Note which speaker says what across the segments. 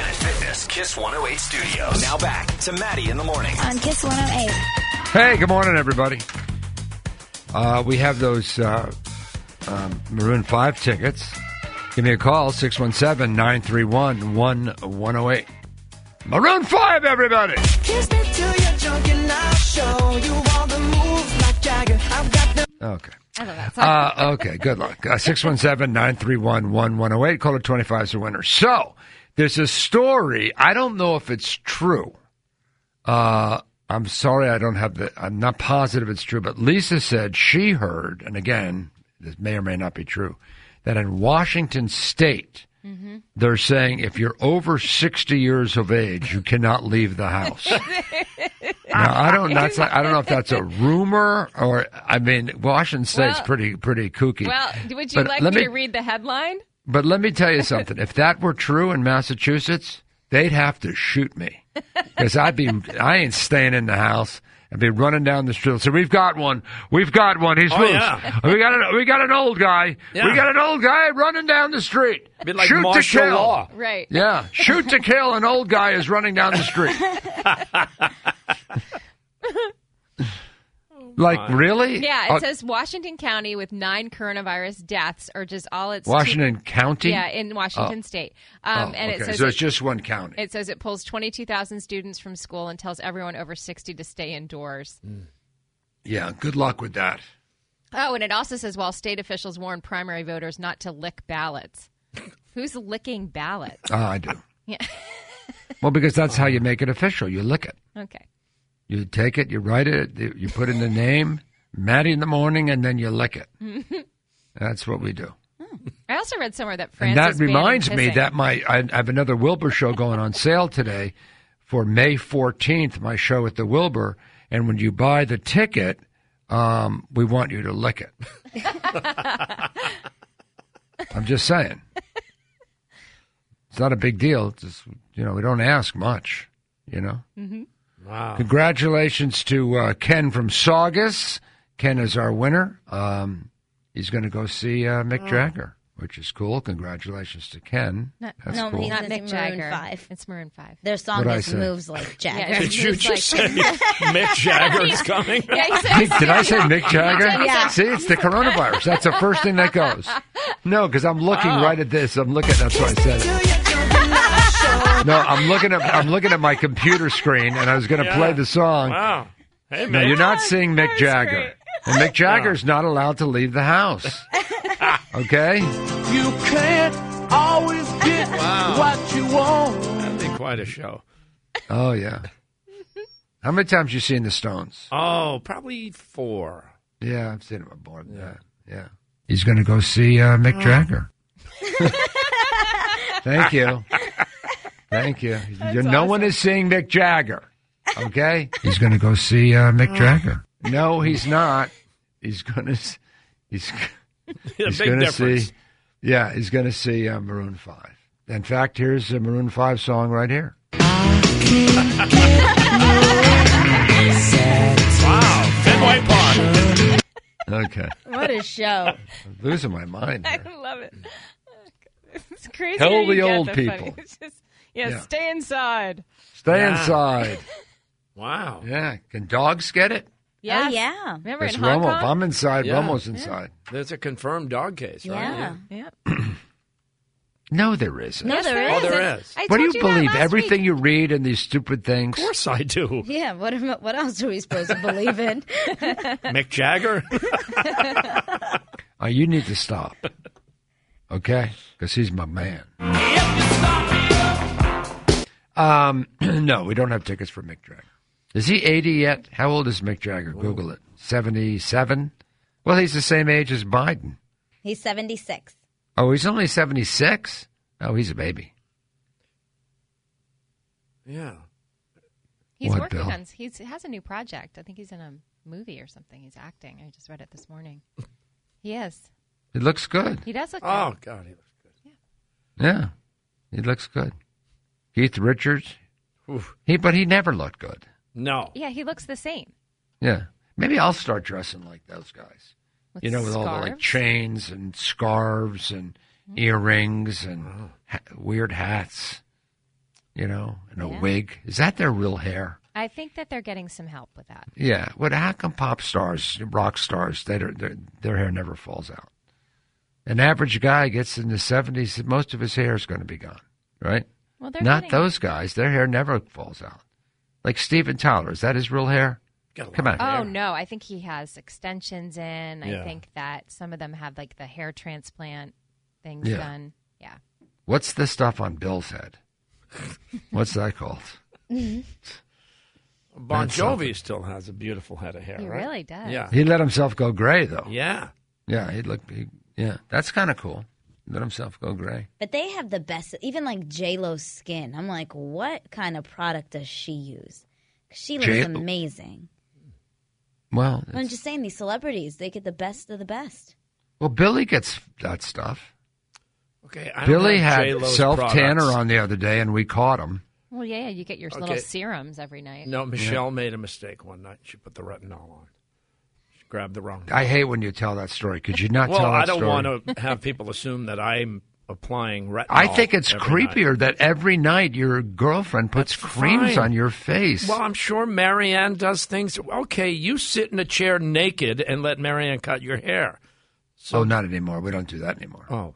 Speaker 1: Podcast, Kiss 108 Studios. Now back to Maddie in the morning.
Speaker 2: on Kiss 108.
Speaker 3: Hey, good morning, everybody. Uh, we have those uh, um, Maroon 5 tickets. Give me a call, 617 931 1108. Maroon 5, everybody!
Speaker 4: Kiss me till you're drunk and I'll show you all the moves like Jagger. I've got the
Speaker 3: Okay.
Speaker 5: I love that song.
Speaker 3: Uh, okay, good luck. 617 931 1108. Caller 25 is the winner. So, there's a story. I don't know if it's true. Uh, I'm sorry I don't have the, I'm not positive it's true, but Lisa said she heard, and again, this may or may not be true, that in Washington state,
Speaker 5: Mm-hmm.
Speaker 3: they're saying if you're over 60 years of age, you cannot leave the house. now, I don't, that's not, I don't know if that's a rumor or, I mean, Washington state's
Speaker 5: Well-
Speaker 3: pretty, pretty kooky.
Speaker 5: well, would you
Speaker 3: But
Speaker 5: like me
Speaker 3: let
Speaker 5: to read the headline?
Speaker 3: But let me tell you something. if that were true in Massachusetts, they'd have to shoot me because I'd be I ain't staying in the house. I'd be running down the street. So we've got one. We've got one. He's
Speaker 6: Oh,
Speaker 3: loose.
Speaker 6: yeah.
Speaker 3: We got an we got an old guy.
Speaker 6: Yeah.
Speaker 3: We got an old guy running down the street.
Speaker 6: Bit like
Speaker 3: shoot to
Speaker 6: martial
Speaker 3: kill.
Speaker 6: law.
Speaker 5: Right.
Speaker 3: Yeah, shoot to kill. An old guy is running down the street. like really?
Speaker 5: Yeah, it
Speaker 3: Uh,
Speaker 5: says Washington County with nine coronavirus deaths are just all it's
Speaker 3: Washington County.
Speaker 5: yeah, in Washington State. Um,
Speaker 3: Oh,
Speaker 5: and it
Speaker 3: okay.
Speaker 5: says
Speaker 3: so
Speaker 5: it,
Speaker 3: it's just one county.
Speaker 5: it says it pulls twenty two thousand students from school and tells everyone over sixty to stay indoors.
Speaker 3: Mm. yeah. Good luck with that.
Speaker 5: Oh, and it also says while state officials warn primary voters not to lick ballots. Who's licking ballots?
Speaker 3: Oh, I do.
Speaker 5: Yeah.
Speaker 3: well, because that's how you make it official. You lick it.
Speaker 5: Okay.
Speaker 3: You take it, you write it, you you put in the name, Maddie in the morning, and then you lick it. that's what we do.
Speaker 5: I also read somewhere that France
Speaker 3: And that
Speaker 5: is banning
Speaker 3: reminds me
Speaker 5: kissing.
Speaker 3: that my I I have another Wilbur show going on sale today for May 14th, my show at the Wilbur. And when you buy the ticket, um, we want you to lick it. I'm just saying. It's not a big deal. It's just, you know, we don't ask much, you know?
Speaker 2: Mm-hmm.
Speaker 6: Wow.
Speaker 3: Congratulations to uh, Ken from Saugus. Ken is our winner. Um, he's going to go see uh, Mick
Speaker 2: Oh.
Speaker 3: Jagger, which is cool. Congratulations to Ken.
Speaker 2: Not-
Speaker 3: That's
Speaker 2: no,
Speaker 3: cool.
Speaker 2: he's
Speaker 5: not
Speaker 2: Is it
Speaker 5: Mick
Speaker 2: Maroon
Speaker 5: Jagger.
Speaker 2: five?
Speaker 5: It's Maroon Five.
Speaker 2: Their song
Speaker 3: What'd I
Speaker 2: just
Speaker 3: say?
Speaker 2: moves like Jagger.
Speaker 5: Yeah,
Speaker 6: Did you
Speaker 2: Moves
Speaker 6: just
Speaker 2: like-
Speaker 6: say Mick Jagger is coming?
Speaker 5: Yeah, he says-
Speaker 3: Did I say Mick Jagger?
Speaker 2: Yeah.
Speaker 3: See, it's the coronavirus. That's the first thing that goes. No, because I'm looking right at this. I'm looking. That's why I said
Speaker 4: till
Speaker 3: it.
Speaker 4: you're drunk and I'll show
Speaker 3: No, I'm looking at. I'm looking at my computer screen, and I was going to
Speaker 6: Yeah.
Speaker 3: play the song.
Speaker 6: Wow. Hey,
Speaker 3: No,
Speaker 6: man.
Speaker 3: you're not seeing Mick Jagger.
Speaker 5: great.
Speaker 3: And Mick Jagger's not allowed to leave the house. Okay.
Speaker 7: You can't always get what you want.
Speaker 6: That'd be quite a show.
Speaker 3: Oh yeah. How many times you seen the Stones?
Speaker 6: Oh, probably four.
Speaker 3: Yeah, I've seen them aboard. Yeah, yeah. He's going to go see uh, Mick Jagger. Thank you, thank you. You- no one is seeing Mick Jagger. Okay, he's going to go see uh, Mick Jagger. No, he's not. He's going to. He's.
Speaker 6: A
Speaker 3: He's
Speaker 6: big
Speaker 3: going to
Speaker 6: difference.
Speaker 3: see. Yeah, he's going to see uh, Maroon Five. In fact, here's the Maroon Five song right here.
Speaker 6: Wow. Fenway Park.
Speaker 3: Okay,
Speaker 2: What a show.
Speaker 3: I'm losing my mind.
Speaker 5: I
Speaker 3: here.
Speaker 5: love it. It's crazy.
Speaker 3: Tell
Speaker 5: how you
Speaker 3: the
Speaker 5: get
Speaker 3: old
Speaker 5: the
Speaker 3: people.
Speaker 5: funny- It's just- yeah,
Speaker 3: Yeah.
Speaker 5: stay inside.
Speaker 3: Stay
Speaker 6: Yeah.
Speaker 3: inside.
Speaker 6: Wow.
Speaker 3: Yeah. Can dogs get it?
Speaker 2: Oh,
Speaker 5: Yes.
Speaker 2: yeah.
Speaker 5: Remember
Speaker 3: That's
Speaker 5: in Hong
Speaker 3: Romo. If
Speaker 5: Kong?
Speaker 3: I'm inside,
Speaker 6: Yeah.
Speaker 3: Romo's inside.
Speaker 6: There's a confirmed dog case, right?
Speaker 2: Yeah.
Speaker 5: Yeah.
Speaker 3: No, there isn't.
Speaker 2: No, there
Speaker 6: Oh,
Speaker 2: is.
Speaker 6: there is.
Speaker 5: I
Speaker 3: what do you,
Speaker 5: told that
Speaker 3: believe?
Speaker 5: last
Speaker 3: Everything
Speaker 5: week.
Speaker 3: you read in these stupid things?
Speaker 6: Of course I do.
Speaker 2: Yeah, what, am, I- what else are we supposed to believe in?
Speaker 6: Mick Jagger?
Speaker 3: Oh, you need to stop. Okay? Because he's my man. Um, no, we don't have tickets for Mick Jagger. Is he 80 yet? How old is Mick Jagger? Google it. 77? Well, he's the same age as Biden.
Speaker 2: He's 76.
Speaker 3: Oh, he's only 76? Oh, he's a baby.
Speaker 6: yeah.
Speaker 5: He's
Speaker 3: What,
Speaker 5: working
Speaker 3: Bill?
Speaker 5: on. He's has a new project. I think he's in a movie or something. He's acting. I just read it this morning. He is.
Speaker 3: It looks good.
Speaker 5: He does look.
Speaker 6: Oh, God. he looks
Speaker 3: Yeah, he looks good. Keith Richards,
Speaker 6: good. Oof.
Speaker 3: he but he never looked good.
Speaker 6: No.
Speaker 5: Good. Yeah, he looks the same.
Speaker 3: Yeah, maybe I'll start dressing like those guys.
Speaker 5: With
Speaker 3: you know, with all the like
Speaker 5: scarves.
Speaker 3: chains and
Speaker 5: Mm-hmm.
Speaker 3: scarves and earrings and ha- weird hats. you know, and a
Speaker 5: Yeah.
Speaker 3: wig. Is that their real hair?
Speaker 5: I think that they're getting some help with that.
Speaker 3: Yeah. What? How come pop stars, rock stars, they don't- their their hair never falls out? An average guy gets in the seventies, most of his hair is going to be gone, right?
Speaker 5: Well, they're
Speaker 3: Not
Speaker 5: getting-
Speaker 3: those guys. Their hair never falls out. Like Steven Tyler, is that his real hair?
Speaker 6: Got a lot
Speaker 3: Come on.
Speaker 6: of hair.
Speaker 5: Oh no, I think he has extensions in.
Speaker 6: Yeah.
Speaker 5: I think that some of them have like the hair transplant things
Speaker 3: Yeah.
Speaker 5: done. Yeah.
Speaker 3: What's the stuff on Bill's head? What's that called?
Speaker 6: Bon
Speaker 3: That's something.
Speaker 6: Jovi still has a beautiful head of hair.
Speaker 5: He
Speaker 6: right?
Speaker 5: really does.
Speaker 6: Yeah.
Speaker 3: He let himself go gray though.
Speaker 6: Yeah.
Speaker 3: Yeah, he looked. He, yeah, that's kind of cool. Let himself go gray.
Speaker 2: But they have the best, even like J Lo's skin. I'm like, what kind of product does she use? 'Cause She looks
Speaker 3: J-
Speaker 2: amazing.
Speaker 3: Well,
Speaker 2: I'm
Speaker 3: it's-
Speaker 2: just saying, these celebrities, they get the best of the best.
Speaker 3: well, Billy gets that stuff.
Speaker 6: Okay. I don't
Speaker 3: Billy
Speaker 6: have
Speaker 3: had
Speaker 6: J-Lo's
Speaker 3: self tanner
Speaker 6: products.
Speaker 3: on the other day, and we caught him.
Speaker 5: Well, yeah, you get your
Speaker 6: Okay.
Speaker 5: little serums every night.
Speaker 6: No, Michelle made a mistake one night. She put the retinol on. She grabbed the wrong.
Speaker 3: I hate when you tell that story. Could you not
Speaker 6: well,
Speaker 3: tell that
Speaker 6: I don't
Speaker 3: story?
Speaker 6: want to have people assume that I'm applying retinol.
Speaker 3: I think it's
Speaker 6: every night.
Speaker 3: creepier that every night your girlfriend puts
Speaker 6: That's
Speaker 3: creams
Speaker 6: fine.
Speaker 3: on your face.
Speaker 6: Well, I'm sure Marianne does things. Okay, you sit in a chair naked and let Marianne cut your hair.
Speaker 3: oh, not anymore. We don't do that anymore.
Speaker 6: Oh,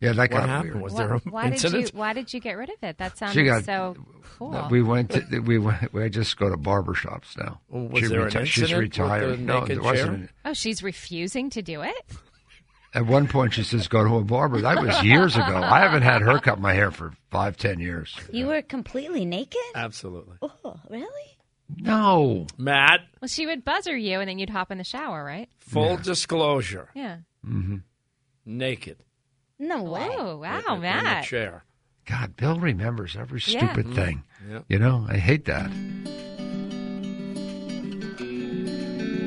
Speaker 3: yeah, that
Speaker 6: what
Speaker 3: got
Speaker 6: happened?
Speaker 3: weird.
Speaker 6: Was
Speaker 5: Wha-
Speaker 6: there an
Speaker 5: why
Speaker 6: incident?
Speaker 5: did you why did you get rid of it? That sounded
Speaker 3: She got-
Speaker 5: so cool.
Speaker 3: We went. To, we went. We just go to barber shops now.
Speaker 6: Well, Oh, was there an
Speaker 3: She's
Speaker 6: incident with the
Speaker 3: retired. no,
Speaker 6: naked
Speaker 3: there wasn't.
Speaker 6: chair?
Speaker 3: an-
Speaker 5: oh, she's refusing to do it?
Speaker 3: At one point, she says, "Go to a barber." That was years ago. I haven't had her cut my hair for five, ten years.
Speaker 2: You were completely naked?
Speaker 6: Absolutely,
Speaker 2: Oh, really?
Speaker 3: No,
Speaker 6: Matt.
Speaker 5: Well, she would buzzer you and then you'd hop in the shower, right?
Speaker 6: Full disclosure:
Speaker 5: Yeah.
Speaker 3: Mm-hmm.
Speaker 6: naked
Speaker 2: No way.
Speaker 5: Oh, wow,
Speaker 6: in the
Speaker 5: Matt.
Speaker 6: chair.
Speaker 3: God, Bill remembers every
Speaker 5: Yeah.
Speaker 3: stupid thing.
Speaker 6: Yeah.
Speaker 3: You know, I hate that.